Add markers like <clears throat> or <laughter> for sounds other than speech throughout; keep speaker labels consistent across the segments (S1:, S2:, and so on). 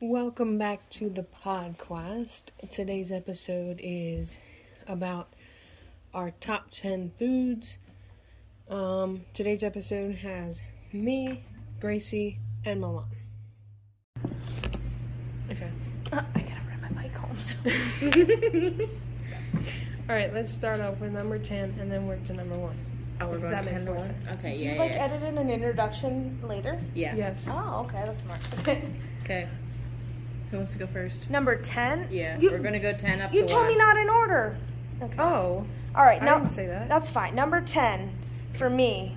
S1: Welcome back to the podcast. Today's episode is about our top 10 foods. Um, today's episode has me, Gracie, and Milan. Okay.
S2: I gotta ride my bike home. So.
S1: All right, let's start off with number 10 and then work to number 1.
S3: Oh, we're
S1: Because
S3: going
S1: that makes
S3: 10 to
S1: more
S3: 1.
S1: sense.
S3: Okay,
S2: Do you
S3: yeah,
S2: like
S3: yeah.
S2: edit in an introduction later?
S3: yeah.
S1: Yes.
S2: Oh, okay, that's smart. <laughs> Okay.
S3: Okay. Who wants to go first?
S2: Number ten.
S3: Yeah,
S2: You,
S3: we're gonna go 10 up
S2: you
S3: to
S2: told
S3: 1.
S2: me not in order. Okay.
S1: Oh,
S2: All right.
S1: I
S2: No,
S1: didn't say that.
S2: that's fine. Number ten for me,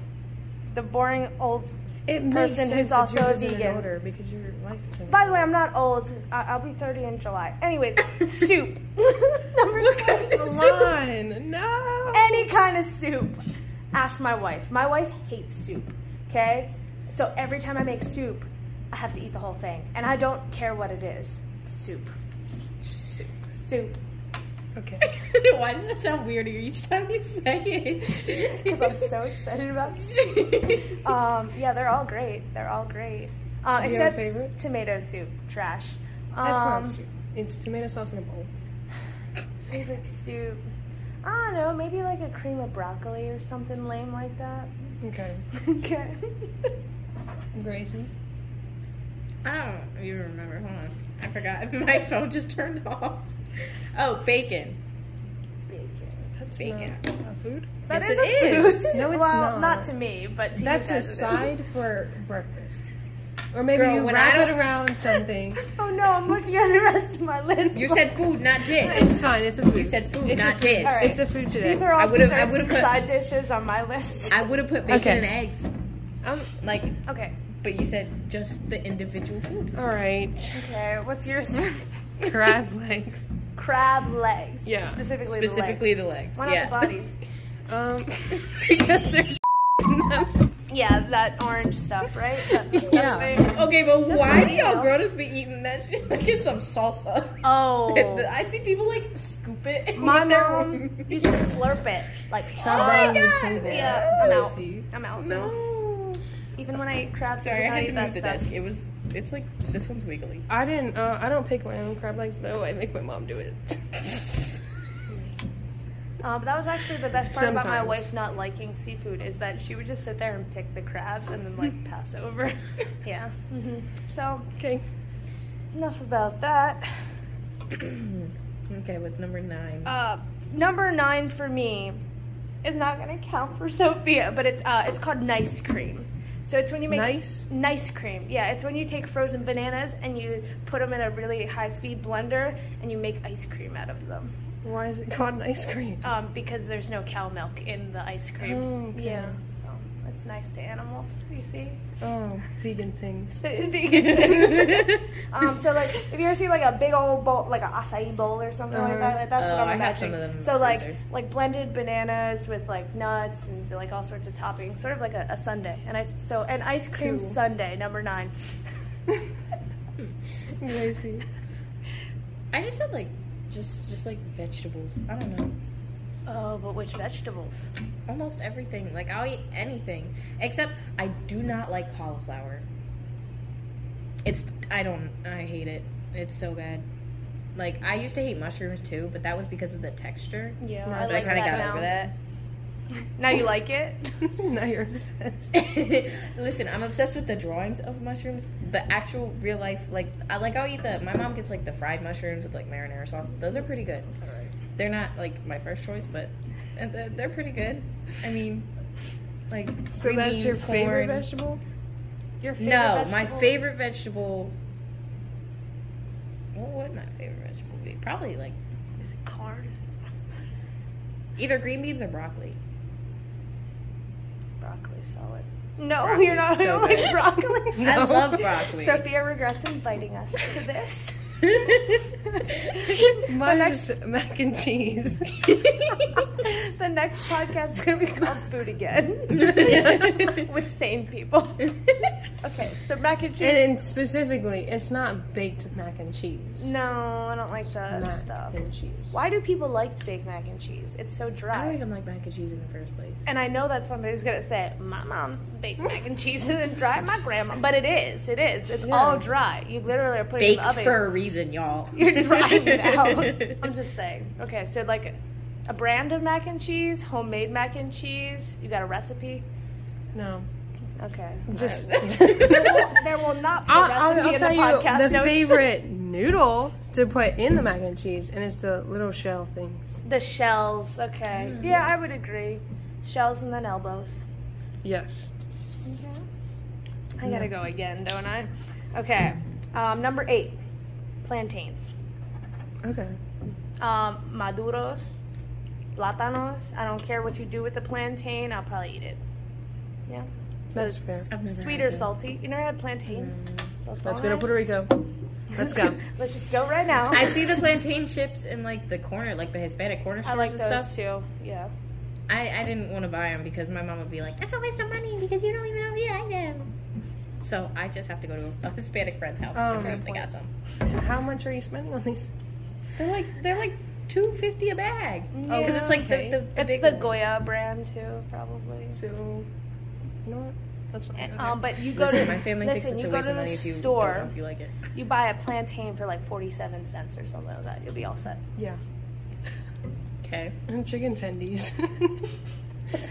S2: the boring old.
S1: It
S2: person who's
S1: that
S2: also
S1: yours
S2: a
S1: isn't in
S2: vegan.
S1: order because your life is in
S2: By the way, I'm not old. I- I'll be thirty in July.
S3: <laughs>
S2: Anyways, soup. <laughs> Number ten. is Soup.
S1: Milan, no.
S2: Any kind of soup. Ask my wife. My wife hates soup. Okay. So every time I make soup, I have to eat the whole thing, and I don't care what it is. Soup.
S3: Soup.
S2: Soup.
S1: Okay.
S3: Why does that sound weirder each time you say it?
S2: because <laughs> I'm so excited about. soup.
S1: <laughs>
S2: Um, yeah, they're all great. They're all great. Um,
S1: Do you have a
S2: except
S1: favorite?
S2: tomato soup, trash. Um,
S1: That's not soup. It's tomato sauce in a bowl.
S2: Favorite soup. I don't know, maybe like a cream of broccoli or something lame like that.
S1: <laughs> Okay.
S2: okay.
S1: Gracie.
S3: I don't even remember. Hold on. I forgot. <laughs> My phone just turned off. Oh, bacon.
S2: Bacon.
S1: That's
S3: Bacon.
S1: not a food.
S2: That
S3: Yes,
S2: is
S3: it
S2: a
S3: is.
S2: food.
S1: No, it's
S2: well,
S1: not.
S2: to me, but to
S1: That's
S2: you
S1: a
S2: guys it is.
S1: side for breakfast. Or maybe
S3: Girl,
S1: you
S3: when
S1: wrap
S3: I
S1: it
S3: don't-
S1: around
S2: <laughs>
S1: something.
S2: <laughs> Oh no, I'm looking at the rest of my list.
S3: You said food, not dish.
S1: it's fine. It's a food.
S3: You said food,
S1: It's a
S3: not
S1: food.
S3: dish.
S2: All right.
S1: It's a food today.
S2: these are all
S3: I would've- I
S2: desserts
S3: would've
S2: and
S3: put-
S2: side dishes on my list.
S3: I would have put bacon
S1: Okay.
S3: and eggs.
S1: Um,
S3: Like,
S2: okay.
S3: but you said just the individual food.
S1: all right.
S2: <laughs> Okay. What's yours?
S1: Crab legs.
S2: crab legs.
S1: Yeah.
S2: Specifically,
S3: <laughs> Specifically
S2: the
S3: the
S2: legs.
S3: legs.
S2: Why not
S3: yeah.
S2: the bodies?
S3: <laughs>
S1: Um, <laughs> because there's in them.
S2: Yeah, that orange stuff, right? That's
S1: Yeah.
S2: disgusting.
S3: <laughs> Okay, but
S2: Just
S3: why do
S2: something
S3: y'all
S2: else.
S3: grown ups be eating that shit <laughs> like it's some salsa?
S2: Oh.
S3: <laughs> I see people like scoop it. <laughs> and
S2: My
S3: eat
S2: <laughs>
S3: their-
S2: mom used to slurp it. Like,
S3: Oh
S1: Down
S3: my
S1: on
S2: oh,
S1: the
S3: God,
S1: table.
S2: yeah, I'm out.
S1: Gracie.
S2: I'm out. now.
S3: No.
S2: Even when I ate crabs,
S3: Sorry,
S2: I,
S3: I had to
S2: did not
S3: move
S2: eat
S3: the
S2: that
S3: desk. It was. It's like this one's wiggly.
S1: I didn't. Uh, I don't pick my own crab legs though. I make my mom do it. <laughs>
S2: stuff. Uh, but that was actually the best part about my
S1: Sometimes.
S2: wife not liking seafood is that she would just sit there and pick the crabs and
S1: <laughs>
S2: then like pass over. <laughs> yeah. hmm
S1: Mm-hmm.
S2: So
S1: Okay.
S2: enough about that.
S3: okay, what's number nine?
S2: Uh, number nine for me is not gonna count for Sophia, but it's uh, it's called nice cream. So it's when you make
S1: Nice?
S2: nice cream. Yeah, it's when you take frozen bananas and you put them in a really high speed blender and you make ice cream out of them.
S1: Why is it called ice cream?
S2: Um, because there's no cow milk in the ice cream.
S1: Oh, okay.
S2: Yeah, so it's nice to animals. You
S3: <laughs>
S2: see.
S1: Oh, vegan
S2: <laughs>
S1: things.
S2: Um, so like, if you ever see like a big old bowl, like an acai bowl or something like
S1: Uh-huh.
S2: that, like, that's
S3: Oh,
S2: what I'm
S3: I have
S2: imagining.
S3: some of them in
S2: so
S3: my
S2: like,
S3: freezer.
S2: like blended bananas with like nuts and like all sorts of toppings, sort of like a, a sundae. And I s- so an ice cream
S1: Cool.
S2: sundae number nine. <laughs>
S1: Gracie.
S3: I just said like, just just like vegetables. I don't know.
S2: Oh, but which vegetables?
S3: Almost everything. Like I'll eat anything except I do not like cauliflower. It's I don't I hate it. It's so bad. Like I used to hate mushrooms too, but that was because of the texture.
S2: Yeah,
S1: No,
S2: I
S3: But
S2: like
S3: I kind of
S2: that
S3: got
S2: now.
S3: over that.
S2: Now you like it?
S1: <laughs> now you're obsessed.
S3: <laughs> Listen, I'm obsessed with the drawings of mushrooms. The actual real life, like I like I'll eat the. My mom gets like the fried mushrooms with like marinara sauce. Those are pretty good. They're not like my first choice, but and they're, they're pretty good. I mean, like
S1: So
S3: green
S1: that's
S3: beans,
S1: your
S3: corn.
S1: favorite vegetable?
S2: Your favorite
S3: No, my
S2: vegetable?
S3: favorite vegetable. What would my favorite vegetable be? Probably like
S2: is it corn.
S3: either green beans or broccoli.
S2: Broccoli salad. No, <laughs>
S3: Broccoli's
S2: you're not
S3: so
S2: I don't like
S3: <laughs> good.
S2: broccoli.
S3: I love broccoli. <laughs>
S2: Sophia regrets inviting us to this.
S1: Mine
S2: next-
S1: is <laughs> mac and cheese.
S2: the next podcast is gonna be called Food Again <laughs> with sane people.
S3: <laughs>
S1: <laughs>
S2: Okay, so mac and cheese.
S1: And, and specifically, it's not baked mac and cheese.
S2: no, I don't like that
S1: mac
S2: stuff.
S1: and cheese.
S2: Why do people like baked mac and cheese? It's so
S3: I don't
S2: dry.
S3: even like mac and cheese in the first place.
S2: And I know that somebody's gonna say, "My mom's baked mac and cheese isn't dry, my grandma." But it is. It is. It's all dry. You literally are putting it in the
S3: Baked
S2: oven.
S3: for a reason, y'all.
S2: You're
S1: <laughs>
S2: drying it out. I'm just saying. Okay, so like a brand of mac and cheese, homemade mac and cheese. You got a recipe?
S1: No.
S2: Okay.
S1: <laughs> Just.
S2: There will not be a recipe
S1: I'll, I'll, I'll
S2: in
S1: tell
S2: the
S1: you
S2: podcast
S1: the
S2: notes. <laughs>
S1: favorite noodle to put in the mac and cheese, and it's the little shell things.
S2: The shells. Okay.
S1: Mm.
S2: Yeah, I would agree. Shells and then elbows.
S1: Yes.
S2: Okay. I gotta go again, don't I? Okay. Um, number eight, plantains.
S1: Okay.
S2: Um, maduros, platanos. I don't care what you do with the plantain. I'll probably eat it. Yeah.
S1: That's fair.
S3: I've never
S2: Sweet <laughs>
S3: had
S2: or
S3: that.
S2: salty? You never had plantains?
S1: Let's go to Puerto Rico. Let's go.
S2: Let's just go right now.
S3: I see the plantain chips in like the corner, like the Hispanic corner
S2: <laughs> I
S3: stores
S2: like
S3: and
S2: those
S3: stuff.
S2: too. Yeah.
S3: I, I didn't want to buy them because my mom would be like, "That's a waste of money because you don't even know if you like them." So I just have to go to a Hispanic friend's house
S1: Oh,
S3: and see
S1: good
S3: if they got some.
S1: <laughs> How much are you spending on these?
S3: They're like they're like two fifty a bag because Oh, it's like
S1: okay.
S3: the the, the
S2: That's
S3: big
S2: the
S3: one.
S2: Goya brand too, probably.
S1: So, you know what? That's
S3: Eh,
S1: not good.
S2: Um, but you go
S3: Listen,
S2: to
S3: my family
S2: listen,
S3: thinks it's
S2: you
S3: a
S2: go
S3: waste
S2: to
S3: of
S2: the
S3: money if you
S2: store.
S3: don't know if you like it.
S2: You buy a plantain for like forty-seven cents or something like that. You'll be all set.
S1: yeah.
S3: Okay,
S1: And <laughs> chicken
S3: <laughs>
S1: tendies.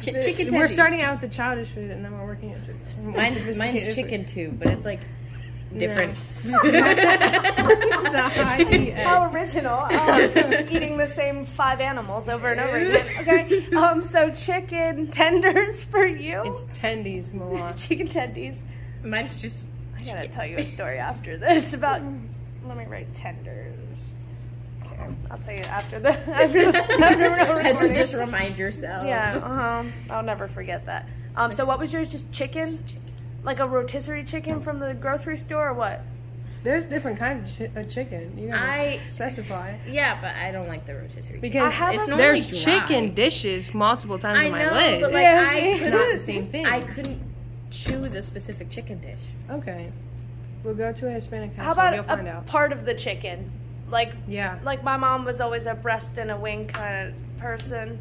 S3: Ch- chicken.
S1: We're
S3: tendies.
S1: starting out with the childish food, and then we're working into
S3: <laughs>
S2: <laughs>
S3: Mine's, mine's chicken too, but it's like different. E
S2: How
S1: <laughs>
S2: original! Um, eating the same five animals over and over again.
S1: <laughs>
S2: Okay. Um. So chicken tenders for you.
S1: It's tendies, Milan.
S2: chicken tendies.
S3: Mine's just.
S2: I gotta tell you a story after this about. Let me write tenders. Okay, I'll tell you after the <laughs> after the
S3: <laughs>
S2: after we're done
S3: had to
S2: recording.
S3: just remind yourself.
S2: Yeah, uh-huh. I'll never forget that. Um, so what was yours? Just chicken, like a rotisserie chicken from the grocery store, or what?
S1: There's different kinds of, chi- of chicken. You gotta
S3: I
S1: specify
S3: yeah, but I don't like the rotisserie. chicken.
S1: because
S2: I have
S3: it's
S2: a-
S3: normally
S1: there's
S3: dry.
S1: chicken dishes multiple times
S3: I
S1: on my
S3: know,
S1: list.
S3: but like
S2: Yeah,
S3: I
S2: see?
S1: it's
S3: couldn't,
S1: not the same thing.
S3: I couldn't choose a specific chicken dish.
S1: okay, we'll go to a Hispanic house.
S2: How
S1: and we'll
S2: about
S1: find
S2: a
S1: out.
S2: part of the chicken? Like
S1: Yeah,
S2: like my mom was always a breast and a wing kind of person,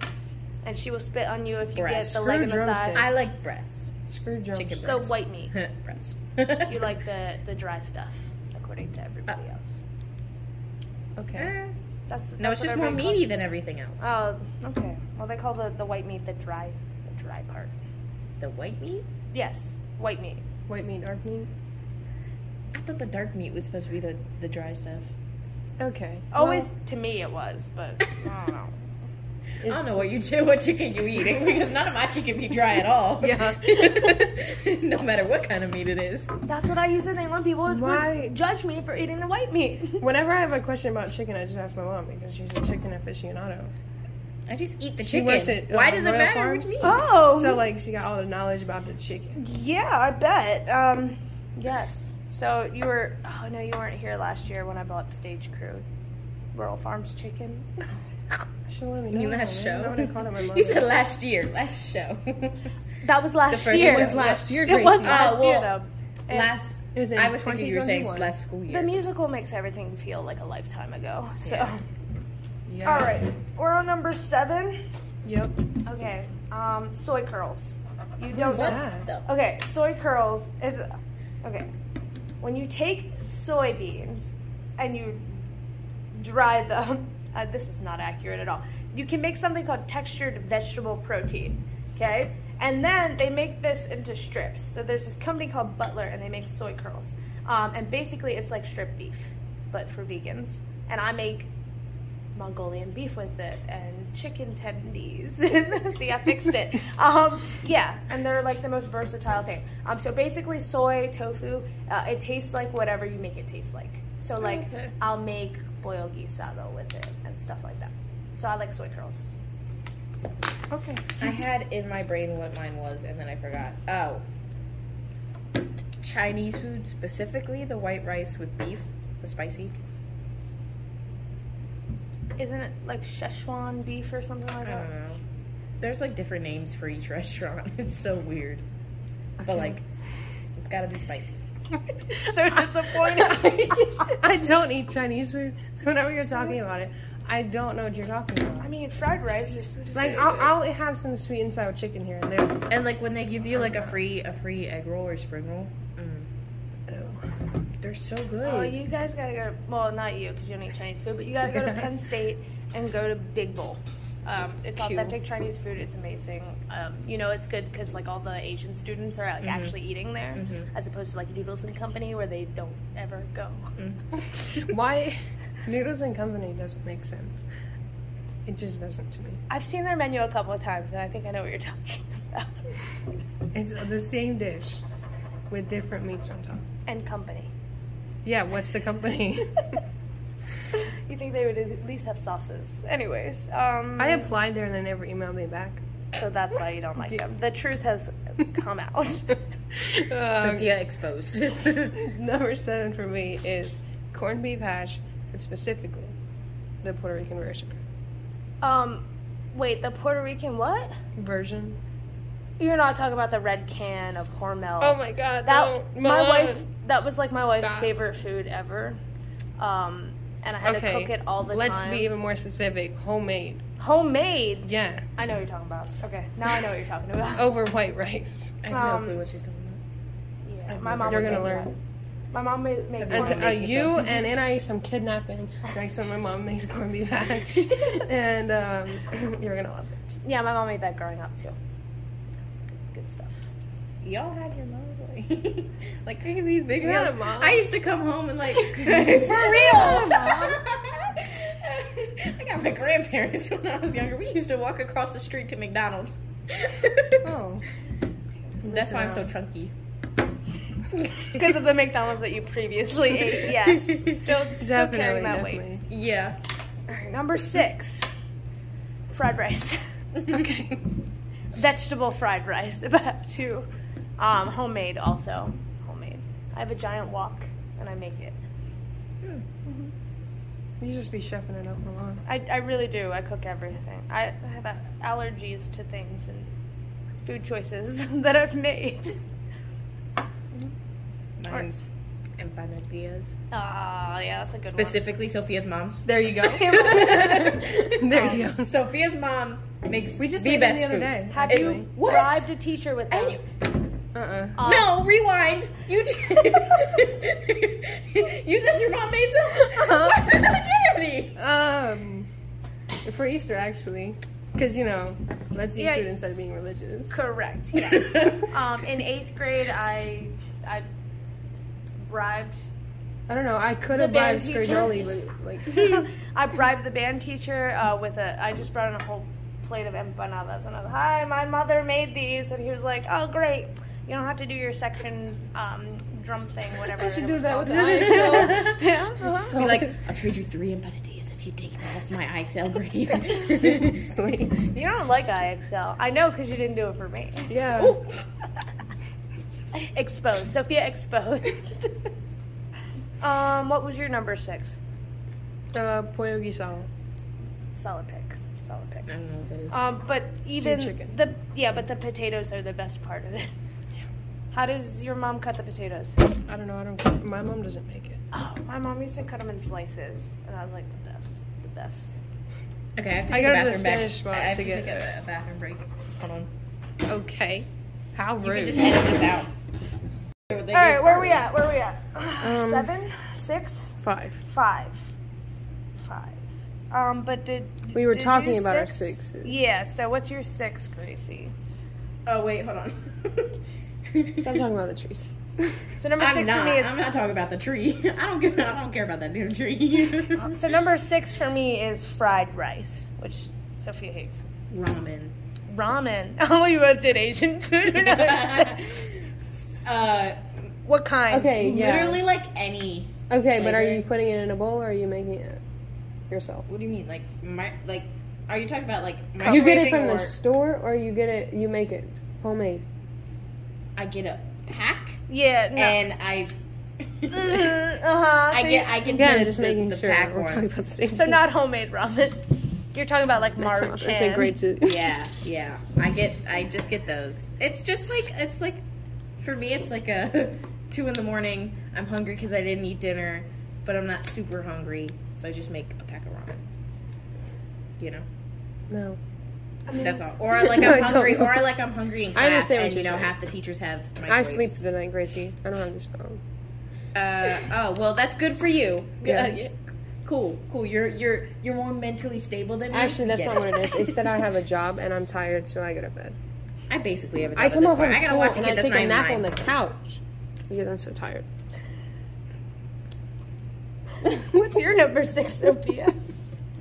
S2: and she will spit on you if you
S3: Breast.
S2: get the leg
S1: Screw
S2: and the thigh.
S1: drumstick.
S3: I like breast.
S1: screw drumstick.
S3: Chicken
S2: So
S3: breast.
S2: white meat.
S3: breast.
S2: You like the the dry stuff, according to everybody else.
S1: Okay,
S3: <laughs> Eh,
S2: That's that's
S3: No, it's
S2: what
S3: just more
S2: everybody calls
S3: meaty than everything else.
S2: Oh, okay. Well, they call the, the white meat the dry the dry part.
S3: the white meat?
S2: Yes, white meat.
S1: white meat, dark meat.
S3: I thought the dark meat was supposed to be the, the dry stuff.
S1: Okay,
S2: Always to me it was, but I don't
S1: Well,
S2: know.
S3: I don't
S1: it's-
S3: know what you chi- what chicken you eating because none of my chicken be dry at all.
S1: Yeah.
S3: <laughs> no matter what kind of meat it is.
S2: <coughs> That's what I used to think when people would,
S1: Why-
S2: would judge me for eating the white meat. <laughs>
S1: Whenever I have a question about chicken, I just ask my mom because she's a chicken aficionado.
S3: I just eat the
S1: She
S3: chicken.
S1: works at,
S3: Why
S1: uh,
S3: does it
S1: Royal
S3: matter
S1: Farms?
S3: which meat?
S2: oh,
S1: So like, she got all the knowledge about the chicken.
S2: yeah, I bet. Um, yes. So you were? Oh no, you weren't here last year when I bought Stage Crew, Rural Farms chicken.
S1: She let me
S3: You mean
S1: know.
S3: last
S1: I
S3: show?
S1: would have called it my mom.
S3: <laughs> You said last year, last show.
S2: <laughs> That was last
S3: first
S2: year.
S1: It was last year,
S2: It
S1: Gracie. Oh,
S2: was last
S3: well,
S2: year though. And
S3: last
S1: It was in
S3: I was thinking you were saying
S1: 2021.
S3: last school year.
S2: the musical makes everything feel like a lifetime ago. So.
S3: Yeah.
S1: Yeah.
S2: All right, we're on number seven.
S1: Yep.
S2: Okay, um, soy curls. You don't.
S1: is
S3: what
S1: that?
S3: the
S2: Okay, soy curls is okay. When you take soybeans and you dry them, <laughs> uh, this is not accurate at all. You can make something called textured vegetable protein. Okay, and then they make this into strips. So there's this company called Butler, and they make soy curls. Um, and basically, it's like strip beef, but for vegans. And I make Mongolian beef with it and chicken tendies. <laughs> See, I fixed it. Um, yeah, and they're like the most versatile thing. Um, so basically, soy tofu, uh, it tastes like whatever you make it taste like. So like,
S3: Okay.
S2: I'll make boiled guisado with it and stuff like that. So I like soy curls.
S1: Okay.
S3: I had in my brain what mine was, and then I forgot. Oh, Chinese food specifically the white rice with beef, the spicy.
S2: Isn't it like Szechuan beef or something
S3: I
S2: like that?
S3: don't know. There's like different names for each <laughs> restaurant. It's so weird. But like, it's gotta be spicy.
S2: So disappointed.
S1: <laughs> I don't eat Chinese food, so whenever you're talking about it, I don't know what you're talking about.
S2: I mean, fried rice is
S1: Like, I'll, I'll have some sweet and sour chicken here and there.
S3: And like when they give you like a free a free egg roll or spring roll, Mm. they're so good.
S2: Oh, you guys gotta go. Well, not you, because you don't eat Chinese food, but you gotta go to Penn State and go to Big Bowl. Um, it's
S3: Cool.
S2: authentic Chinese food. It's amazing. Um, you know, it's good because like all the Asian students are like actually eating there,
S3: Mm-hmm.
S2: as opposed to like Noodles and Company where they don't ever go. <laughs>
S1: Why Noodles and Company doesn't make sense. It just doesn't to me.
S2: I've seen their menu a couple of times, and I think I know what you're talking about. <laughs>
S1: It's the same dish with different meats on top.
S2: And Company.
S1: Yeah, what's the company?
S2: <laughs>
S1: <laughs>
S2: you think they would at least have sauces? Anyways, um,
S1: I applied there and they never emailed me <laughs> back.
S2: so that's why you don't like them. The truth has
S1: <laughs>
S2: come out.
S3: Sophia exposed. <laughs>
S1: <laughs> Number seven for me is corned beef hash, and specifically the Puerto Rican version.
S2: um, wait, the Puerto Rican what?
S1: Version.
S2: You're not talking about the red can of Hormel.
S1: Oh my god,
S2: that my wife. That was like my wife's
S1: Stop.
S2: favorite food ever. Um, and I had to
S1: Okay,
S2: cook it all the
S1: Let's
S2: time.
S1: be even more specific. Homemade.
S2: homemade.
S1: Yeah,
S2: I know what you're talking about. Okay, now I know what you're talking about.
S1: over white rice.
S3: I have
S2: Um,
S3: no clue what she's talking
S2: <laughs> Yeah,
S3: I've
S2: my
S3: never-
S2: mom.
S1: You're
S2: would
S1: gonna
S2: make
S1: learn.
S2: that. My mom made make
S1: And
S3: Corned
S1: uh,
S2: one.
S3: beef
S1: you
S3: yourself.
S1: and NIE some kidnapping. Next time my mom makes corned beef
S2: <laughs>
S1: hash, and um, <clears throat> you're gonna love it.
S2: Yeah, my mom made that growing up too. Good, good stuff.
S3: about. Y'all had your moms like, <laughs> like cooking these big
S1: You had
S3: meals.
S1: a mom?
S3: I used to come home
S1: <laughs>
S3: and like for real. <laughs> I got my grandparents when I was younger. We used to walk across the street to McDonald's.
S1: Oh,
S3: <laughs> That's why I'm so chunky.
S2: Because of the McDonald's that you previously ate. Yes, <laughs> still, still
S1: definitely,
S2: carrying that weight.
S1: definitely.
S3: Yeah.
S2: All right, number six, fried rice, <laughs>
S3: Okay.
S2: vegetable fried rice. <laughs> If I have to, um, homemade also, homemade. I have a giant wok and I make it.
S1: You just be chefing it up along.
S2: I, I really do. I cook everything. I I have a- allergies to things and food choices <laughs> that I've made. <laughs>
S3: Mine's empanadillas.
S2: Ah, yeah, that's a good
S3: Specifically, Sophia's
S1: <laughs>
S3: mom's. <laughs>
S1: There you go. there you go.
S3: Sophia's mom makes
S1: We just
S3: the
S1: made
S3: Um, best
S1: best the other
S3: food.
S1: day.
S2: one. Have
S1: actually.
S2: you
S3: What?
S2: bribed a teacher with
S3: And
S2: them?
S3: you,
S1: Uh-uh.
S2: Um,
S3: no, rewind. You <laughs> you said your mom made some.
S2: Uh-huh.
S3: <laughs> Why did I get
S2: <laughs>
S3: any?
S1: Um, for Easter actually, because you know, let's eat
S2: Yeah.
S1: food instead of being
S2: <laughs>
S1: religious.
S2: Correct. Yes. um, in eighth grade, I I
S1: <laughs>
S2: bribed <laughs>
S1: I don't know. I could
S2: The
S1: have bribed
S2: band teacher.
S1: Scragnoli, but like,
S2: I bribed the band teacher uh, with a. I just brought in a whole plate of empanadas, and I was "Hi, my mother made these," and he was like, "Oh, great! You don't have to do your section um, drum thing, whatever."
S1: I should do <laughs> that with the
S2: <laughs>
S1: IXLs. <laughs>
S2: IXLs.
S3: Be like, I'll trade you three empanadillas if you take me off my IXL
S2: <laughs>
S3: grade.
S2: you don't like IXL. I know because you didn't do it for me.
S1: yeah.
S2: <laughs> exposed, Sophia
S1: <laughs>
S2: exposed. um, what was your number six?
S1: Uh, pollo guisado.
S2: Solid pick. Solid pick.
S3: <laughs> I don't know what that is.
S2: Um, but even
S1: chicken.
S2: the yeah, but the potatoes are the best part of it. How does your mom cut the potatoes?
S1: I don't know. I don't. My mom doesn't make it.
S2: Oh, my mom used to cut them in slices, and I was like the best, the best.
S3: okay, I have to
S1: I
S3: take
S1: gotta
S3: a
S1: do the
S3: bathroom break.
S1: Spanish spot
S3: I have
S1: to
S3: to
S1: get-
S3: take a, a bathroom break. Hold on.
S1: Okay. How
S3: You
S1: rude.
S3: can just edit this out.
S2: All right, where we at? Where we at?
S1: Um,
S2: <sighs> Seven, six,
S1: Five.
S2: five, five. Um, but did
S1: We were
S2: did
S1: talking
S2: you
S1: about our
S2: six?
S1: sixes.
S2: Yeah. So what's your six, Gracie?
S3: Oh wait, hold on. <laughs>
S1: Stop talking about the trees.
S2: So number
S3: I'm
S2: six
S3: not.
S2: for me is
S3: I'm not talking about the tree. <laughs> I don't give. I don't care about that damn
S2: <laughs>
S3: tree.
S2: so number six for me is fried rice, which Sophia hates.
S3: Ramen.
S2: ramen. <laughs> Oh, you both did Asian food.
S1: <laughs>
S2: or not?
S3: <laughs> uh,
S2: what kind?
S1: Okay. Yeah.
S3: literally like any.
S1: Okay, but are
S3: Flavor.
S1: you putting it in a bowl or are you making it yourself?
S3: What do you mean? Like my like. Are you talking about like
S1: You get it from
S3: microwaving
S1: the
S3: or
S1: store or you get it you make it homemade.
S3: I get a pack
S2: Yeah.
S1: <laughs>
S2: No.
S3: and I
S2: <laughs> uh-huh.
S3: I
S2: so
S3: get I get
S1: Again,
S3: the,
S1: just
S3: the,
S1: making
S3: the
S1: sure
S3: pack
S1: we're talking
S3: ones.
S1: about the same
S2: you- so
S1: thing.
S2: not homemade ramen. <laughs> You're talking about like
S1: That
S2: March.
S1: sounds- <laughs> That's a great too.
S3: yeah, yeah. I get I just get those. It's just like it's like for me it's like a <laughs> two in the morning. I'm hungry because I didn't eat dinner, but I'm not super hungry, so I just make a pack of ramen. You know,
S1: <laughs> No.
S3: that's all. Or like
S1: No, <laughs> I
S3: I'm
S1: don't
S3: hungry,
S1: know.
S3: or like I'm hungry in
S1: I
S3: class,
S1: understand what
S3: and you
S1: you're
S3: know
S1: saying.
S3: half the teachers have.
S1: I sleep
S3: microwaves.
S1: through the night, Gracie. I don't have this problem.
S3: Uh, oh well, that's good for
S1: <laughs>
S3: you.
S1: Yeah.
S3: Uh, yeah. <laughs> Cool, cool. You're you're you're more mentally stable than me.
S1: Actually, that's
S3: Get
S1: not
S3: it.
S1: what it is. It's that I have a job and I'm tired, so I go to
S3: <laughs>
S1: bed.
S3: I basically have a job
S1: I
S3: at
S1: come
S3: this
S1: home
S3: point.
S1: from
S3: I gotta
S1: school
S3: watch a
S1: and
S3: kid
S1: I
S3: that's
S1: take
S3: not
S1: a
S3: even
S1: nap on
S3: mine.
S1: the couch because I'm so tired. What's
S2: You're number six, Sophia.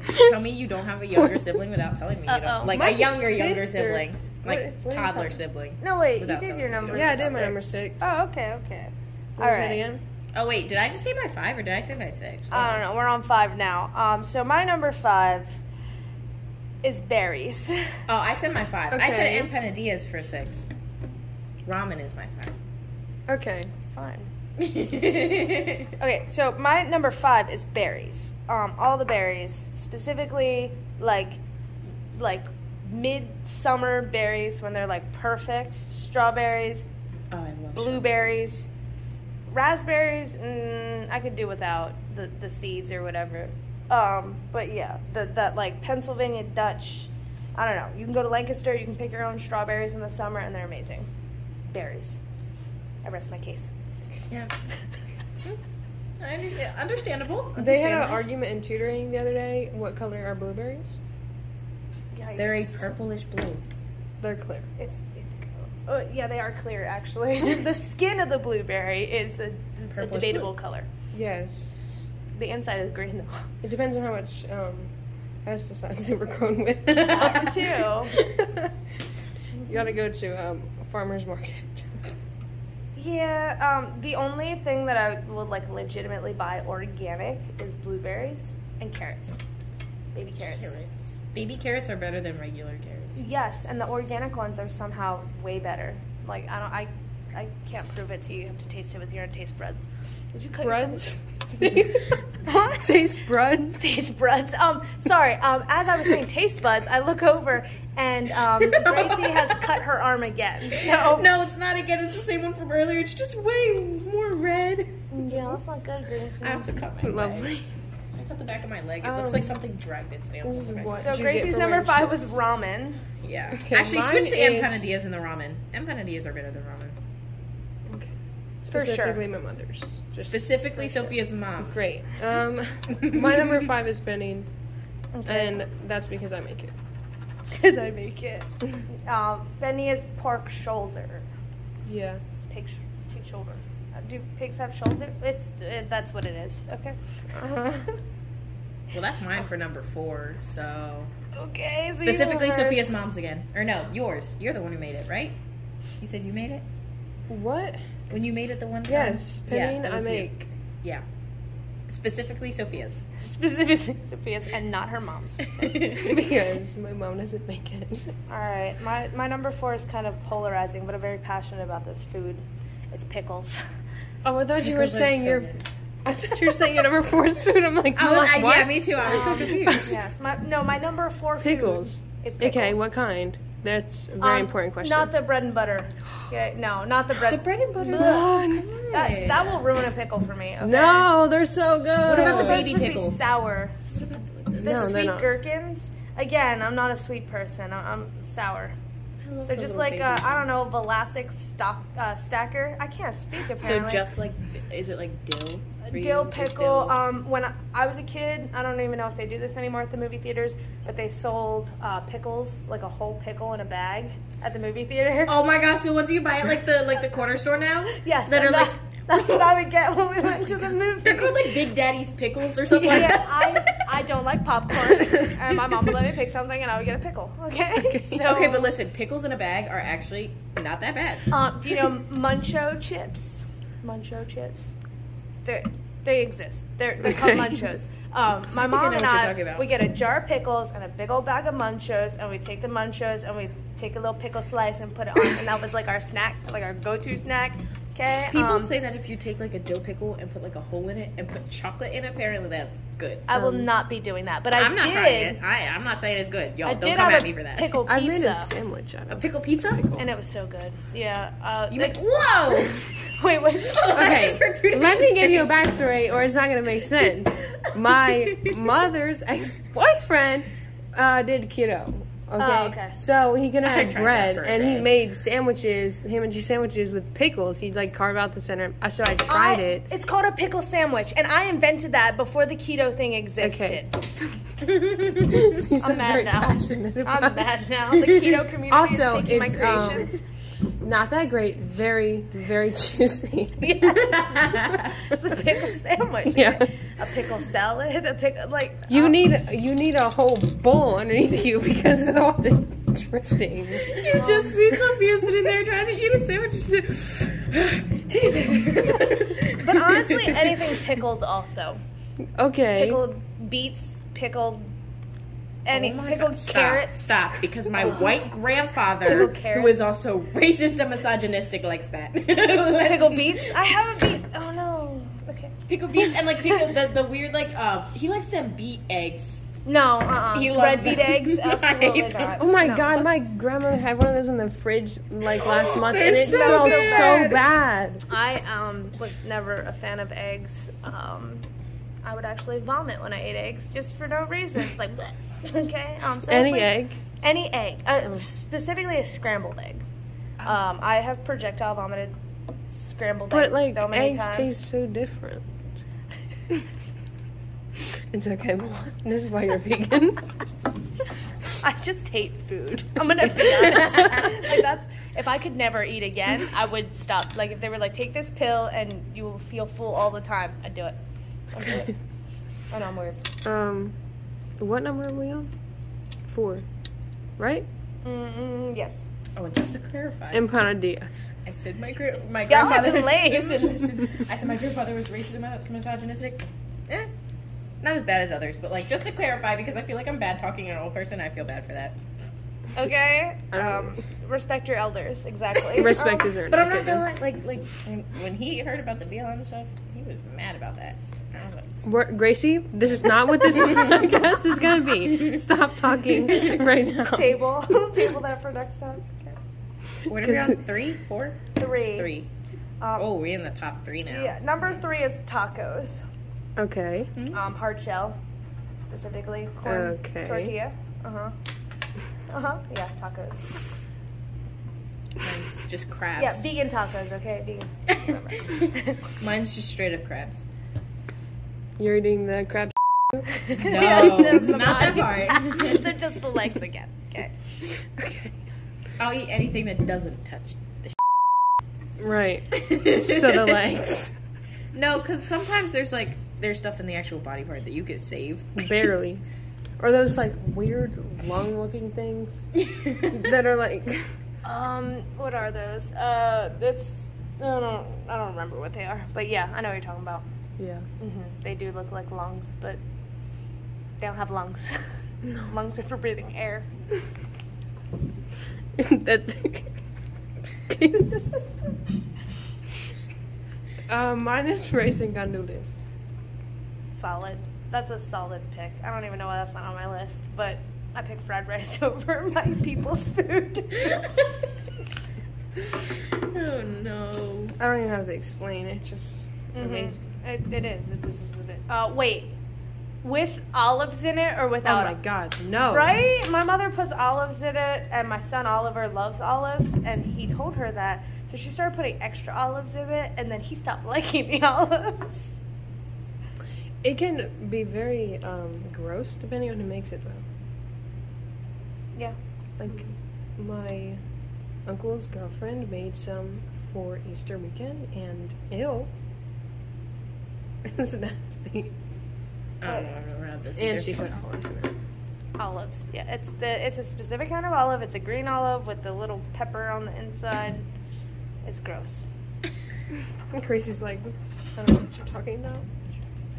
S1: <laughs>
S3: Tell me you don't have a younger sibling without telling me. You
S2: Uh-oh.
S3: don't. Like
S1: My
S3: a younger younger
S1: sister-
S3: sibling, like
S1: what are you
S3: toddler
S1: talking-
S3: sibling.
S2: No wait,
S3: Without
S2: you did
S3: telling
S2: your
S3: me, you
S2: number.
S3: don't
S1: Yeah, I
S2: six.
S1: did my number six.
S2: Oh, okay, okay.
S1: What
S2: All
S1: was that
S2: right.
S1: again?
S3: Oh wait, did I just say my five or did I say my six?
S1: Uh,
S2: I don't know. We're on five now. Um, so my number five is berries. <laughs>
S3: Oh, I said my five. I
S1: Okay.
S3: said empanadillas for six. Ramen is my five.
S1: Okay.
S2: Fine.
S1: <laughs>
S2: Okay, so my number five is berries. Um, all the berries, specifically like like midsummer berries when they're like perfect. Strawberries,
S3: oh, I love
S2: blueberries, raspberries. Mm, I could do without the the seeds or whatever. Um, but yeah, the, that like Pennsylvania Dutch. I don't know. You can go to Lancaster. You can pick your own strawberries in the summer, and they're amazing. Berries. I rest my case.
S3: Yeah. I under- understandable.
S1: They had an
S3: understandable.
S1: argument in tutoring the other day. What color are blueberries?
S3: They're a
S2: Yikes.
S3: purplish blue.
S1: They're clear.
S2: It's indigo. Uh, yeah, they are clear
S3: <laughs>
S2: actually. the skin of the blueberry is a, a
S3: Purplish
S2: debatable color.
S1: Yes.
S2: The inside is green though.
S1: It depends on how much um, pesticides they were grown with. <laughs>
S3: <laughs>
S2: <laughs>
S3: That
S1: you gotta go to um, a farmer's market.
S2: Yeah, um, the only thing that I would like legitimately buy organic is blueberries and carrots. Baby carrots.
S3: Carrots. Baby carrots are better than regular carrots.
S2: Yes, and the organic ones are somehow way better. Like I don't I I can't prove it to you. You have to taste it with your own taste buds. Did you cut your thumbs?
S1: <laughs> Bruds? Taste bruds?
S2: taste buds. Um, sorry. Um, as I was saying taste buds, I look over and um, Gracie has cut her arm again.
S3: <laughs>
S2: So
S3: No, it's not again. It's the same one from earlier. It's just way more red.
S2: yeah, that's not good, Gracie.
S3: I also cut my leg.
S1: Lovely.
S3: I cut the back of my leg. It
S1: Um,
S3: looks like something dragged its nails. through my
S1: what?
S3: skin.
S2: so
S1: Did you get
S2: Gracie's
S1: for
S2: number
S1: wearing
S2: five was ramen.
S3: Yeah.
S1: Okay,
S3: Actually,
S1: mine
S3: switch the
S1: is-
S3: empanadillas and the ramen. Empanadillas are better than ramen.
S1: Okay.
S2: For sure.
S1: Specifically, my mother's. Just
S3: Specifically, Sophia's mom.
S1: great. <laughs> Um, my number five is spinning, and that's because I make it.
S2: because I make it. Um, Benny is pork shoulder.
S1: <laughs> Yeah.
S2: Pig, sh- pig shoulder. Uh, Do pigs have shoulder? It's uh, that's what it is. Okay.
S1: Uh-huh.
S3: <laughs> Well, that's mine for number four. So
S2: Okay. So you know
S3: specifically,
S2: hers.
S3: Sophia's mom's again, or no, yours. You're the one who made it, right? You said you made it
S1: What?
S3: when you made it the one time.
S1: Yes.
S3: Yeah,
S1: Pinning,
S3: that
S1: I
S3: was you.
S1: make. <laughs>
S3: Yeah.
S2: <laughs>
S3: Specifically, Sophia's. <laughs>
S2: Specifically Sophia's and not her mom's.
S1: because my mom doesn't make it.
S2: All right, my, my number four is kind of polarizing, but I'm very passionate about this food. It's pickles. <laughs>
S1: Oh, I thought you were
S3: Pickles are
S1: saying
S3: so
S1: your.
S3: good.
S1: I thought you were saying your number four is food. I'm like,
S3: I was,
S1: "Mom,
S3: I,
S1: what?
S3: yeah, me too. I was so confused.
S2: yes, my no, my number four food
S1: Pickles.
S2: is pickles.
S1: Okay, what kind? That's a very
S2: Um,
S1: important question.
S2: Not the bread and butter. Yeah, no, not the bread.
S3: bread and butter.
S1: None.
S2: that, that will ruin a pickle for me. Okay?
S1: No, they're so good.
S3: What about
S2: Those
S3: the
S2: are
S3: baby
S2: supposed to be
S3: pickles?
S2: sour. The
S1: No, they're
S2: sweet
S1: not.
S2: gherkins. Again, I'm not a sweet person. I- I'm, sour. So just like uh, I don't know, Velasic stock uh, stacker. I can't speak
S3: So
S2: apparently.
S3: just like, is it like dill? for you?
S2: dill
S3: Just
S2: pickle.
S3: dill?
S2: Um, when I, I was a kid, I don't even know if they do this anymore at the movie theaters, but they sold uh, pickles, like a whole pickle in a bag, at the movie theater.
S3: Oh my gosh! The ones you buy at like the like the corner store now.
S2: <laughs> yes,
S3: that
S2: and
S3: are like
S2: that's what I would get when we went to the
S3: <laughs>
S2: movie.
S3: they're called like Big Daddy's pickles or something. like
S2: yeah,
S3: that.
S2: I, I don't like popcorn, and my mom would let me pick something, and I would get a
S3: <laughs>
S2: pickle. Okay. So,
S3: okay, but listen, pickles in a bag are actually not that bad.
S2: um, do you know Muncho chips? Muncho chips. They they exist. They're they're called
S1: Okay.
S2: munchos.
S3: <laughs>
S2: Um, my mom
S3: know
S2: and
S3: what you're
S2: I
S3: talking about.
S2: we get a jar of pickles and a big old bag of munchos, and we take the munchos and we take a little pickle slice and put it on, and that was like our snack, like our go-to snack. Okay.
S3: People
S2: um,
S3: say that if you take like a dill pickle and put like a hole in it and put chocolate in, it, apparently that's good.
S2: I will
S1: um,
S2: not be doing that, but I
S3: I'm not
S2: did.
S3: trying it. I I'm not saying it's good. Y'all
S2: I
S3: don't
S2: did
S3: come
S2: have
S3: at
S2: a
S3: me for that.
S2: pickle
S1: I made a
S2: pizza,
S1: sandwich out
S3: a
S1: of
S3: pickle pizza?
S2: and it was so good. Yeah. Uh,
S3: You make
S2: it's-
S3: whoa.
S2: <laughs>
S3: <laughs>
S2: Wait, what?
S1: Okay.
S3: Just for two
S1: Let me give you a
S3: days.
S1: backstory, or it's not gonna make sense. <laughs> My mother's ex-boyfriend uh, did keto. Okay?
S2: Oh, okay.
S1: So he gonna
S3: I
S1: have
S3: tried
S1: bread,
S3: that for a
S1: and he
S3: day.
S1: made sandwiches, ham and cheese sandwiches with pickles. He'd like carve out the center. uh, So I tried
S2: I-
S1: it.
S2: It's called a pickle sandwich, and I invented that before the keto thing existed.
S1: She's
S2: I'm mad
S1: very
S2: now.
S1: passionate about
S2: I'm
S1: it.
S2: mad now. The keto
S1: <laughs>
S2: community
S1: Also,
S2: is taking
S1: it's,
S2: my
S1: um,
S2: creations.
S1: Not that great. Very, very <laughs>
S2: <laughs>
S1: juicy.
S2: <laughs> Yes. <laughs> it's a pickle sandwich.
S1: Yeah.
S2: okay? A pickle salad. A pickle like.
S1: You
S2: uh,
S1: need you need a whole bowl underneath you because of all the dripping. Um,
S3: You just see Sophia sitting there trying to eat a sandwich. She's like, <sighs>
S2: <laughs>
S3: Jesus.
S1: <laughs>
S2: But
S3: <laughs>
S2: honestly, anything pickled also.
S1: Okay.
S2: Pickled beets. Pickled. Any
S3: Oh my
S2: pickled
S3: God, stop,
S2: carrots.
S3: Stop, because my white grandfather,
S2: Pickled
S3: who
S2: carrots.
S3: is also racist and misogynistic, likes that. <laughs>
S2: Pickled beets. I have a beet. Oh no. Okay.
S3: pickle beets, and like pickle, the the weird like uh, he likes them beet eggs.
S2: No. Uh. uh
S3: He loves
S2: Red beet
S3: them.
S2: eggs.
S3: <laughs>
S2: Absolutely
S3: Right.
S2: not.
S1: uh-uh. Oh my
S2: No.
S1: god, my grandmother had one of those in the fridge like
S2: <gasps>
S1: last month
S3: They're
S1: and it
S3: so
S1: smelled
S3: bad.
S1: so bad.
S2: I um, was never a fan of eggs. Um, I would actually vomit when I ate eggs just for no reason. It's like, bleh. <laughs> okay. Um, so
S1: Any
S2: like-
S1: egg.
S2: Any egg. Uh, specifically a scrambled egg. Um, I have projectile vomited scrambled
S1: But
S2: eggs
S1: like
S2: so many
S1: eggs
S2: times.
S1: taste so different. <laughs> it's okay, Milan. This is why you're vegan.
S2: <laughs> I just hate
S1: <laughs>
S2: food. I'm gonna be honest. like that's if I could never eat again, I would stop. Like if they were like, take this pill and you will feel full all the time, I'd do it. I'd do it. Oh no, I'm
S1: <laughs>
S2: weird.
S1: um what number are we on? Four. Right?
S2: Mm-mm, yes.
S3: Oh, and just to clarify,
S1: Empanadillas.
S3: I said my gra- my
S2: Y'all are
S3: grandfather. <laughs>
S2: lame.
S3: Listen, listen. I said my grandfather was racist and mis- misogynistic. Eh, not as bad as others, but like just to clarify, because I feel like I'm bad talking an old person. I feel bad for that.
S2: Okay.
S1: I don't
S2: Um, respect your elders. Exactly.
S1: <laughs> Respect
S2: Um,
S1: is earned.
S3: But I'm not
S1: Okay.
S3: gonna like like like when, when he heard about the BLM stuff, he was mad about that. And I <laughs> was like,
S1: We're- Gracie, this is not what this <laughs> podcast is gonna be. Stop talking right now.
S2: table. <laughs> table that for next time. Okay.
S3: what are we
S1: 'Cause-
S3: on? Three, four,
S2: Three.
S3: three.
S2: Um,
S3: Oh, we're in the top three now.
S2: Yeah. Number three is tacos.
S1: Okay.
S2: Um, hard shell, specifically corn
S1: Okay.
S2: tortilla. Uh huh. Uh huh. Yeah, tacos.
S3: Mine's just crabs.
S2: Yeah, vegan tacos. Okay, vegan.
S3: <laughs> vegan. Mine's just straight up crabs.
S1: You're eating the crab.
S3: No,
S2: <laughs> Yes,
S3: not that
S2: <laughs>
S3: part.
S2: so just the legs again. Okay.
S1: <laughs> Okay.
S3: I'll eat anything that doesn't touch the.
S1: Right.
S3: Shit.
S1: So <laughs> the legs.
S3: No, because sometimes there's like there's stuff in the actual body part that you
S1: <laughs>
S3: could save.
S1: Barely. Or those like weird lung looking things that are like
S2: Um, what are those? Uh, it's I don't I don't remember what they are, but yeah, I know what you're talking about.
S1: Yeah.
S2: hmm They do look like lungs, but they don't have lungs. <laughs> lungs are for breathing air.
S1: <laughs> that uh, mine is racing gondolas.
S2: Solid. That's a solid pick. I don't even know why that's not on my list, but I pick fried rice <laughs> over my people's
S1: <laughs>
S2: food.
S3: oh no.
S1: I don't even have to explain, it's just amazing.
S2: It, it is. It, this is what it. Uh, wait, with olives in it or
S1: Oh
S2: without?
S1: my god, no.
S2: Right? My mother puts olives in it, and my son Oliver loves olives, and he told her that. So she started putting extra olives in it, and then he stopped <laughs> liking the olives.
S1: It can be very um, gross depending on who makes it though.
S2: Yeah.
S1: Like my uncle's girlfriend made some for Easter weekend and ew. <laughs> It was nasty.
S3: I don't want to around this. either.
S1: And she put olives in it.
S2: Olives. Yeah, it's the it's a specific kind of olive. It's a green olive with the little pepper on the inside. It's gross.
S1: And Gracie's like, I don't know what you're talking about.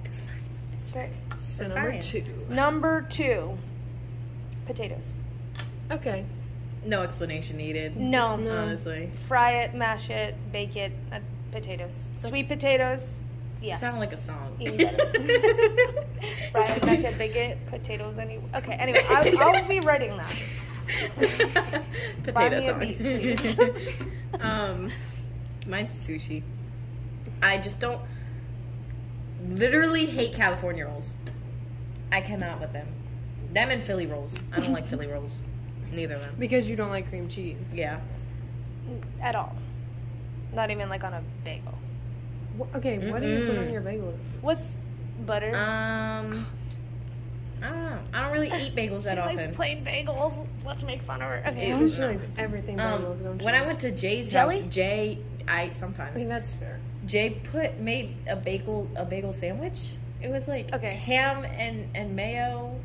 S3: It's fine.
S2: That's right.
S1: So
S3: We're
S1: number
S3: fine.
S1: two.
S2: Number two, potatoes.
S1: Okay.
S3: No explanation needed.
S2: No,
S1: No.
S3: Honestly.
S2: fry it, mash it, bake it. I potatoes. Sweet potatoes. Yes.
S3: Sounded like a song.
S2: Even
S3: <laughs>
S2: better. Brian Nash had bigot potatoes anyway. Okay, anyway,
S3: <laughs>
S2: I'll, I'll be writing that. Buy me
S3: Potato
S2: a
S3: song. <laughs>
S2: beat, please. <laughs>
S3: um, mine's sushi. I just don't. Literally hate California rolls. I cannot with them. Them and Philly rolls. I don't like Philly rolls. Neither of them.
S1: Because you don't like cream cheese.
S3: Yeah.
S2: At all. Not even like on a bagel.
S1: Wh- Okay, what do you put on
S3: Mm-mm.
S1: your bagel?
S2: What's butter?
S3: Um. I don't know. I don't really eat bagels that
S2: she likes
S3: often.
S2: plain bagels. Let's make fun of her. Okay.
S1: I
S3: Ew.
S1: always realize everything
S3: Um,
S1: bagels, don't you?
S3: when I went to Jay's
S2: Jelly?
S3: house, Jay, I sometimes
S1: Okay, that's fair.
S3: Jay put made a bagel a bagel sandwich. It was like
S2: Okay.
S3: ham and and mayo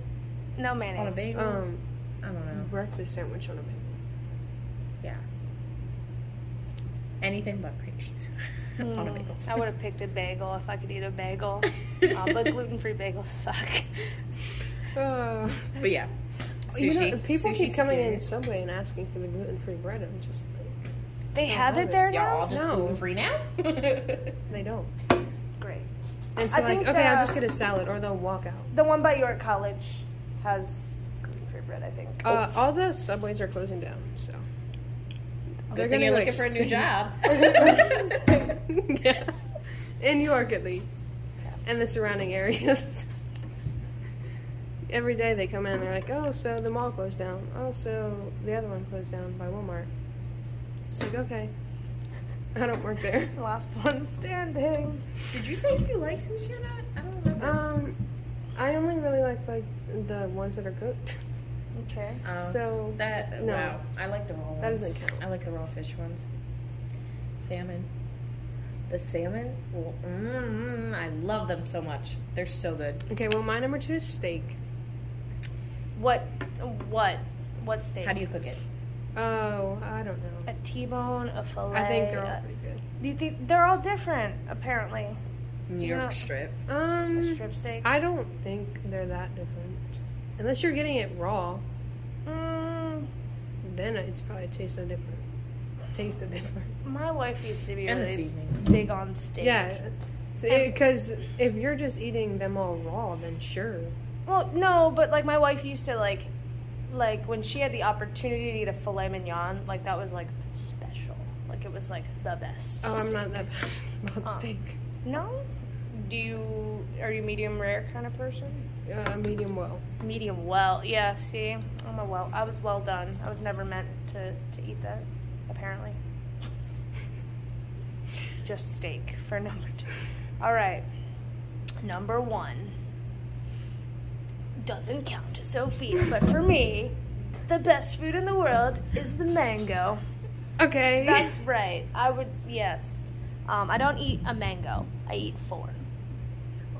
S2: No mayonnaise.
S3: on a bagel.
S1: Um,
S3: I don't know.
S1: breakfast sandwich on a bagel.
S3: Yeah. Anything but cream cheese <laughs> on a
S2: Mm,
S3: bagel.
S2: I would have picked a bagel if I could eat a
S3: <laughs>
S2: bagel. <laughs> Uh, but gluten-free bagels suck.
S1: Uh,
S3: But yeah. Sushi.
S1: you know, people
S3: Sushi's
S1: keep coming
S3: superior.
S1: in Subway and asking for the gluten-free bread. I'm just like,
S2: They have
S1: love
S2: it
S1: it.
S2: there
S3: Y'all all
S2: now.
S3: just
S1: No.
S3: gluten free now? <laughs>
S1: they don't.
S2: Great.
S1: And so
S2: I
S1: like,
S2: think,
S1: okay,
S2: uh,
S1: I'll just get a salad, or they'll walk out.
S2: The one by York College has gluten-free bread, I think.
S3: Oh.
S2: Oh.
S1: Uh, all the subways are closing down, so
S3: Good thing
S1: gonna,
S3: you're
S1: like,
S3: looking for a new
S1: stay-
S3: job.
S1: <laughs>
S3: <laughs>
S1: yeah, in York at least, and the surrounding areas. <laughs> Every day they come in and they're like, oh, so the mall closed down. Oh, so the other one closed down by Walmart. It's like, okay, I don't work there.
S2: Last one standing.
S3: Did you say if you like sushi or not? I don't remember.
S1: Um, I only really like like the ones that are cooked.
S2: Okay.
S3: Um,
S1: so
S3: that
S1: no.
S3: wow. I like the raw
S1: <laughs>
S3: ones.
S1: that doesn't count.
S3: I like the raw fish ones. Salmon. The salmon, well, mm, mm, I love them so much. They're so good.
S1: Okay, well, my number two is steak.
S2: What? What? What steak?
S3: How do you cook it?
S1: Oh, I don't know.
S2: A T-bone, a fillet.
S1: I think they're all
S2: a-
S1: pretty good.
S2: Do you think they're all different? Apparently,
S3: New York
S2: No.
S3: strip. Mm.
S2: a
S1: Um,
S2: strip steak.
S1: I don't think they're that different. Unless you're getting it raw,
S2: Mm,
S1: then it's probably tastes different. Taste of different.
S2: my wife used to be
S3: And the
S2: really
S3: seasoning.
S2: big on steak.
S1: Yeah. Because if you're just eating them all raw, then sure.
S2: Well, no, but like my wife used to like, like when she had the opportunity to eat a filet mignon, like that was like special. Like it was like the best.
S1: Oh, I'm not that <laughs> passionate about
S2: Uh.
S1: steak.
S2: No. Do you are you medium rare kind of person?
S1: Uh, medium well.
S2: Medium well. Yeah. See, I'm a well. I was well done. I was never meant to to eat that. Apparently. Just steak for <laughs> number two. All right. Number one doesn't count to Sophia, but for me, the best food in the world is the mango.
S1: Okay. <laughs>
S2: That's right. I would yes. Um, I don't eat a mango. I eat four.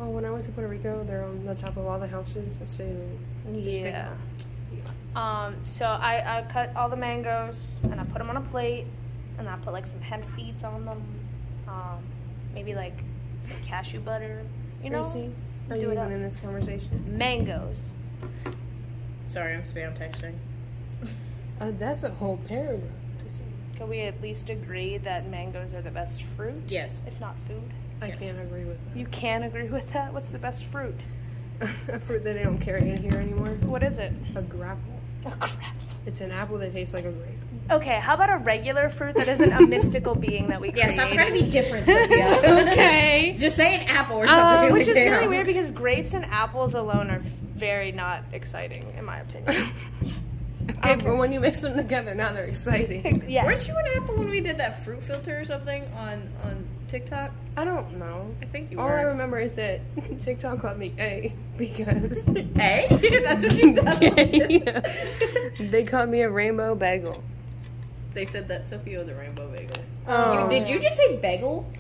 S1: Oh, when I went to Puerto Rico, they're on the top of all the houses. I say, Just pick
S2: Yeah. Um, so I, I cut all the mangoes and I put them on a plate and I put like some hemp seeds on them. Um, maybe like some cashew butter. You know,
S1: Gracie, are
S2: do
S1: you
S2: it
S1: even
S2: up.
S1: in this conversation?
S2: mangoes.
S3: Sorry, I'm spam texting.
S1: Uh, that's a whole paragraph. Gracie.
S2: Can we at least agree that mangoes are the best fruit,
S3: Yes.
S2: if not food?
S1: I
S3: Yes.
S1: can't agree with
S2: You can agree with that. What's the best fruit?
S1: that. <laughs> a fruit that they don't carry in here anymore.
S2: What is it?
S1: A grapple.
S2: Oh crap.
S1: It's an apple that tastes like a
S2: <laughs>
S1: grape. <laughs>
S2: Okay, how about a regular fruit that isn't
S3: <laughs>
S2: a mystical being that we
S3: Yeah,
S2: created?
S3: stop trying to be different, Sophia.
S1: <laughs> Okay.
S3: <laughs> Just say an apple or something.
S2: Um, which is really weird because grapes and apples alone are very not exciting, in my opinion.
S1: Okay, but when you mix them together, now they're exciting.
S2: <laughs> yes.
S3: <laughs> Weren't you an apple when we did that fruit filter or something on on TikTok?
S1: I don't know.
S3: I think you
S1: All I
S3: were.
S1: remember is that <laughs> TikTok called me A because <laughs>
S3: Hey, <laughs> that's what you
S1: Okay.
S3: said.
S1: they called me a rainbow bagel.
S3: <laughs> they said that Sophia was a rainbow bagel.
S1: Oh.
S3: Did you just say bagel?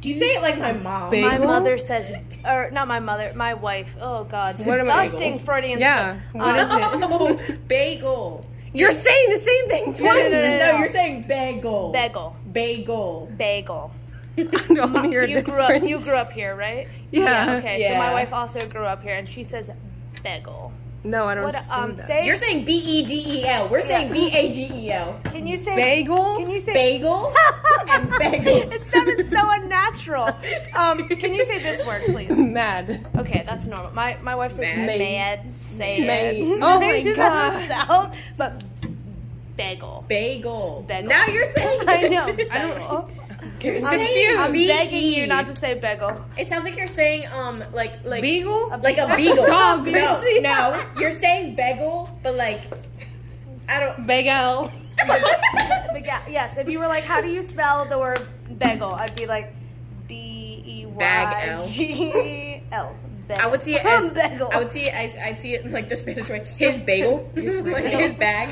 S3: Do you say it like my mom? <laughs>
S1: Bagel?
S2: My mother says, or not my mother, my wife. Oh God,
S1: What am I-
S2: disgusting Freudian
S1: Yeah.
S2: slip.
S1: What
S2: Uh,
S1: is it?
S3: bagel.
S1: You're saying the same thing
S2: No, no,
S1: twice.
S2: no,
S3: No, you're saying bagel.
S2: Bagel,
S3: bagel.
S2: bagel.
S1: <laughs> I don't hear a
S2: You grew up. You
S1: difference.
S2: grew up here, right?
S1: Yeah.
S2: okay. So
S3: Yeah.
S2: my wife also grew up here, and she says bagel.
S1: No, I don't
S2: What
S1: say
S2: um
S1: that.
S2: say?
S3: You're saying B E G E L. We're saying
S2: Yeah.
S3: B A G E L.
S2: can you say
S1: Bagel? <laughs>
S2: Can you say
S3: Bagel and
S2: <laughs>
S3: bagel.
S2: it sounded so unnatural. Um, can you say this word, please?
S1: Mad.
S2: Okay, that's normal. My my wife says
S3: Mad.
S2: mad. Say <laughs>
S1: Mad.
S2: it.
S1: Oh my
S2: It doesn't
S1: God.
S2: sound, but bagel.
S3: Bagel.
S2: Bagel.
S3: Now you're saying.
S2: <laughs> I know.
S3: I don't.
S2: Bagel.
S3: You're
S1: I'm
S3: saying E
S2: I'm
S3: B-E.
S2: begging you not to say bagel.
S3: It sounds like you're saying um like like
S1: Beagle?
S3: like a
S2: That's a
S3: beagle.
S1: dog,
S3: no,
S1: Gracie.
S3: no, you're saying bagel, but like I don't.
S1: Bagel.
S2: <laughs> But yeah, yes, if you were like, how do you spell the word bagel? I'd be like, B E
S3: Bag-el.
S2: Y G E L.
S3: I would see it as
S2: <laughs> bagel.
S3: I would see it. I, I'd see it in like the Spanish way. His bagel,
S2: <laughs>
S3: like his bag.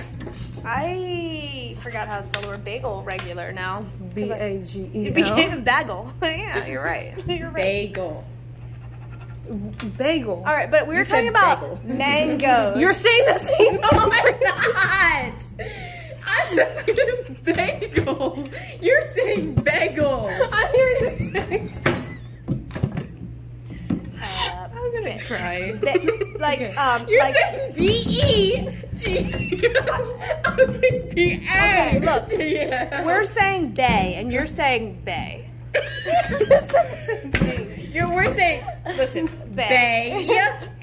S2: I forgot how to spell the word bagel regular now.
S1: <laughs> B A G E
S2: It
S1: L.
S2: became <laughs> bagel. yeah,
S1: <laughs>
S2: you're right. <laughs> You're right.
S3: Bagel.
S1: Bagel.
S2: All right, but we were
S3: You
S2: talking
S3: said
S2: about
S3: bagel.
S1: <laughs>
S2: mangoes.
S1: You're saying the same.
S3: No, I'm not. I'm saying bagel. You're saying bagel.
S1: <laughs> I'm hearing the same.
S2: <laughs> uh,
S1: I'm gonna cry.
S2: ba- like
S1: Okay.
S2: um
S3: You're
S2: like,
S3: saying B E G. I'm saying B A.
S2: Okay, look.
S3: Yeah.
S2: we're saying bay and you're saying bay.
S1: Just say the same thing.
S3: You're, we're saying, listen,
S2: <laughs> Bag.
S3: bag, a,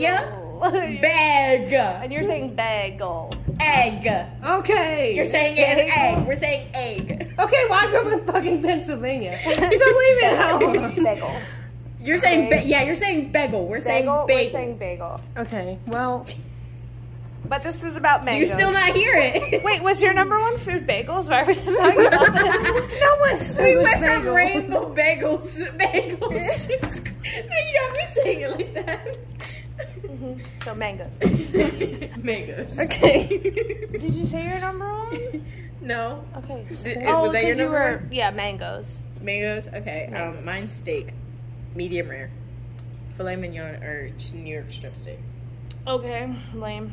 S2: <laughs> and
S3: bag,
S2: you're saying bagel.
S3: egg.
S1: Okay.
S3: You're saying an egg. We're saying egg.
S1: okay, well, I grew up in fucking Pennsylvania. So leave it alone.
S2: Bagel.
S3: <laughs> You're saying, ba- yeah, you're saying bagel. We're saying
S2: Bagel.
S3: bagel.
S2: We're saying bagel.
S1: Okay, <laughs> well,
S2: But this was about
S3: you
S2: mangoes.
S3: still not hear it. <laughs>
S2: Wait, was your number one food bagels? Why are we still talking about this?
S1: that <laughs> was
S3: we
S1: it was
S3: went from
S1: bagel.
S3: rainbow bagels to <laughs> bagels. you got me saying it like that.
S2: Mm-hmm. So mangoes.
S1: <laughs>
S3: <laughs> Mangoes.
S2: Okay. Did you say your number one?
S3: no.
S2: Okay.
S3: Did-
S2: oh,
S3: was that your
S2: 'cause you
S3: number
S2: were yeah mangoes.
S3: Mangoes. Okay. Um,
S2: Mangoes.
S3: mine's steak, medium rare, filet mignon or New York strip steak.
S2: Okay, lame.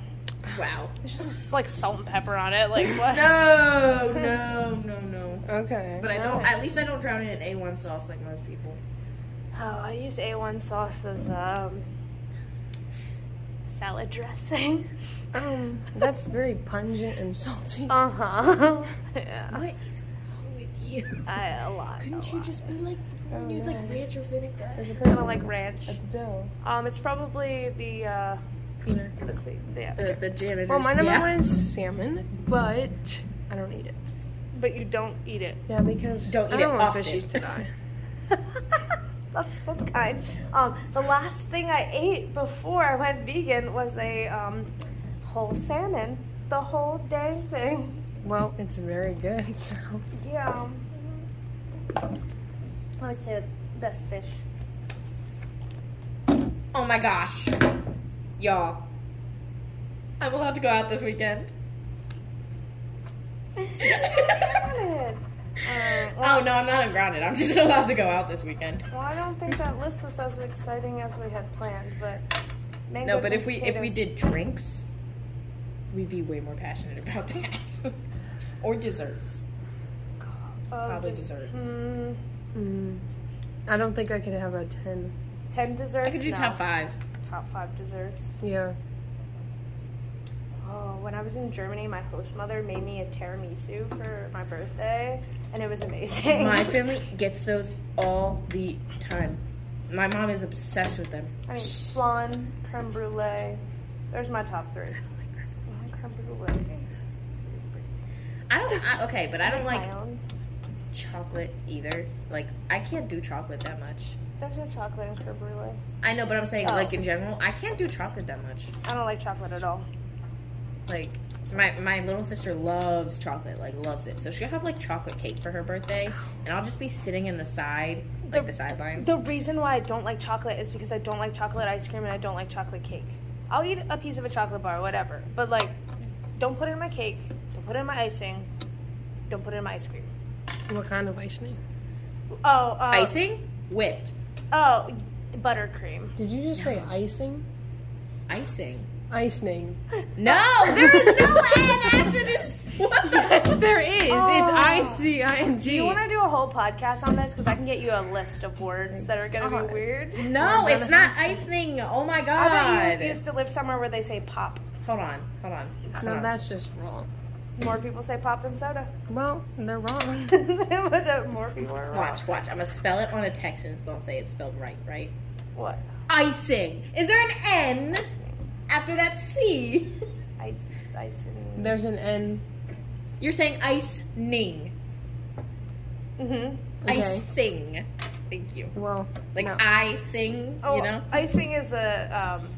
S3: Wow. <laughs>
S2: It's just like salt and pepper on it. Like what?
S3: No, no, no, no.
S1: Okay.
S3: But I don't. At least I don't drown it in A1 sauce like most people.
S2: <laughs> Oh, I use A1 sauce as um salad dressing.
S1: Um, that's very pungent and
S3: <laughs>
S1: salty.
S2: Uh huh. <laughs> yeah.
S3: What is wrong with you?
S2: I a lot. a lot.
S3: just be like
S1: Oh, use, like, no.
S3: ranch or vinaigrette?
S1: There's a
S2: I
S1: person
S2: don't like ranch?
S1: at the door.
S2: Um, it's probably the uh
S3: Cleaner.
S2: the clean yeah.
S3: The the janitor.
S1: Well, my number one is salmon, but I don't eat it.
S2: But you don't eat it.
S1: Yeah, because
S3: Don't eat
S1: I
S3: it
S1: don't want
S3: often.
S1: fishies to die.
S2: <laughs> that's that's kind. Um, the last thing I ate before I went vegan was a um whole salmon. The whole dang thing.
S1: <laughs> Well, it's very good. <laughs> So.
S2: Yeah. I would say best fish.
S3: Oh my gosh, y'all! I'm allowed to go out
S2: <laughs>
S3: this weekend.
S2: Grounded. Alright, well-
S3: oh no, I'm not ungrounded. I'm just <laughs> allowed to go out this weekend.
S2: Well, I don't think that list was as exciting as we had planned, but mangoes
S3: No, but
S2: and
S3: if we if we
S2: potatoes.
S3: did drinks, we'd be way more passionate about that. <laughs> or desserts.
S2: Oh,
S3: Probably
S2: just-
S3: desserts.
S2: mm,
S1: Mm, I don't think I could have a ten.
S2: ten desserts.
S3: I could do
S2: No.
S3: top five.
S2: Top five desserts.
S1: Yeah.
S2: Oh, when I was in Germany, my host mother made me a tiramisu for my birthday, and it was amazing. <laughs>
S3: My family gets those all the time. My mom is obsessed with them.
S2: I mean, flan, creme brulee. There's my top three. Oh, creme brulee.
S3: I don't. I, okay, but I don't
S2: My
S3: like
S2: own.
S3: chocolate either. Like I can't do chocolate that much.
S2: There's no chocolate in creme brulee.
S3: I know, but I'm saying
S2: Oh.
S3: like in general, I can't do chocolate that much.
S2: I don't like chocolate at all.
S3: Like my my little sister loves chocolate, like loves it. So she'll have like chocolate cake for her birthday, and I'll just be sitting in the side, like
S2: The-
S3: the, sidelines.
S2: The reason why I don't like chocolate is because I don't like chocolate ice cream and I don't like chocolate cake. I'll eat a piece of a chocolate bar, whatever, but like, don't put it in my cake. Don't put it in my icing. Don't put it in my ice cream.
S1: What kind of icing?
S2: Oh, uh,
S3: icing, whipped
S2: Oh, buttercream.
S1: Did you just say icing?
S3: icing.
S1: Icing.
S3: No, there is no ad after this. What
S1: Yes, there is. It's
S2: Oh.
S1: I C I N
S2: Do
S1: G.
S2: you want to do a whole podcast on this? Because I can get you a list of words that are going to be
S1: God.
S2: weird.
S3: No, it's not icing. Oh my
S2: I bet
S3: god.
S2: you used to live somewhere where they say pop.
S3: Hold on, hold on. hold
S1: No,
S3: on.
S1: that's just wrong.
S2: More people say pop than soda. <laughs>
S1: Well, they're wrong.
S2: But the More people are wrong.
S3: Watch, watch. I'm gonna spell it on a text and it's gonna say it's spelled right, right?
S2: What?
S3: Icing. Is there an N after that C? <laughs>
S2: Ice, ice, and.
S1: There's an N.
S3: You're saying icing.
S2: Mm-hmm.
S1: Okay.
S3: Icing. Thank you.
S1: Well,
S3: Like
S1: No.
S3: I sing,
S2: Oh,
S3: you know?
S2: icing is a um,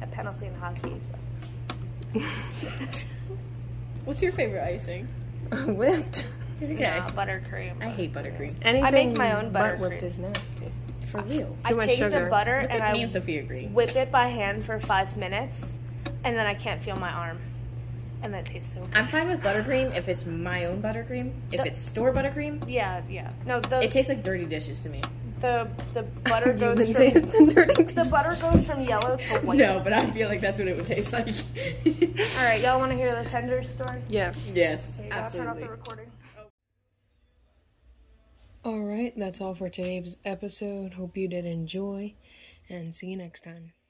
S2: a penalty in hockey. So. ah.
S3: What's your favorite icing?
S1: <laughs> whipped.
S3: Okay.
S2: No, buttercream.
S3: I hate buttercream.
S1: Anything
S2: my own
S1: butt
S2: buttercream.
S1: whipped is nasty.
S3: For real.
S2: I
S1: much
S2: take the
S1: sugar.
S2: butter
S3: Look
S2: and
S3: at me
S2: I
S3: and Sophie agree.
S2: whip it by hand for five minutes, and then I can't feel my arm, and that tastes so. good.
S3: I'm fine with buttercream if it's my own buttercream. If
S2: The-
S3: it's store buttercream,
S2: Yeah, yeah. No, the
S3: it tastes like dirty dishes to me.
S2: the the
S3: <laughs>
S2: butter
S1: You've
S2: goes
S1: been
S2: from
S1: tasting dirty
S2: <laughs> the butter goes from yellow to white.
S3: No, but I feel like that's what it would taste like. <laughs>
S2: All right, y'all want to hear the tender story?
S1: Yes.
S3: Yes,
S2: Okay, y'all turn off
S3: absolutely.
S2: the recording.
S1: All right, that's all for today's episode. Hope you did enjoy, and see you next time.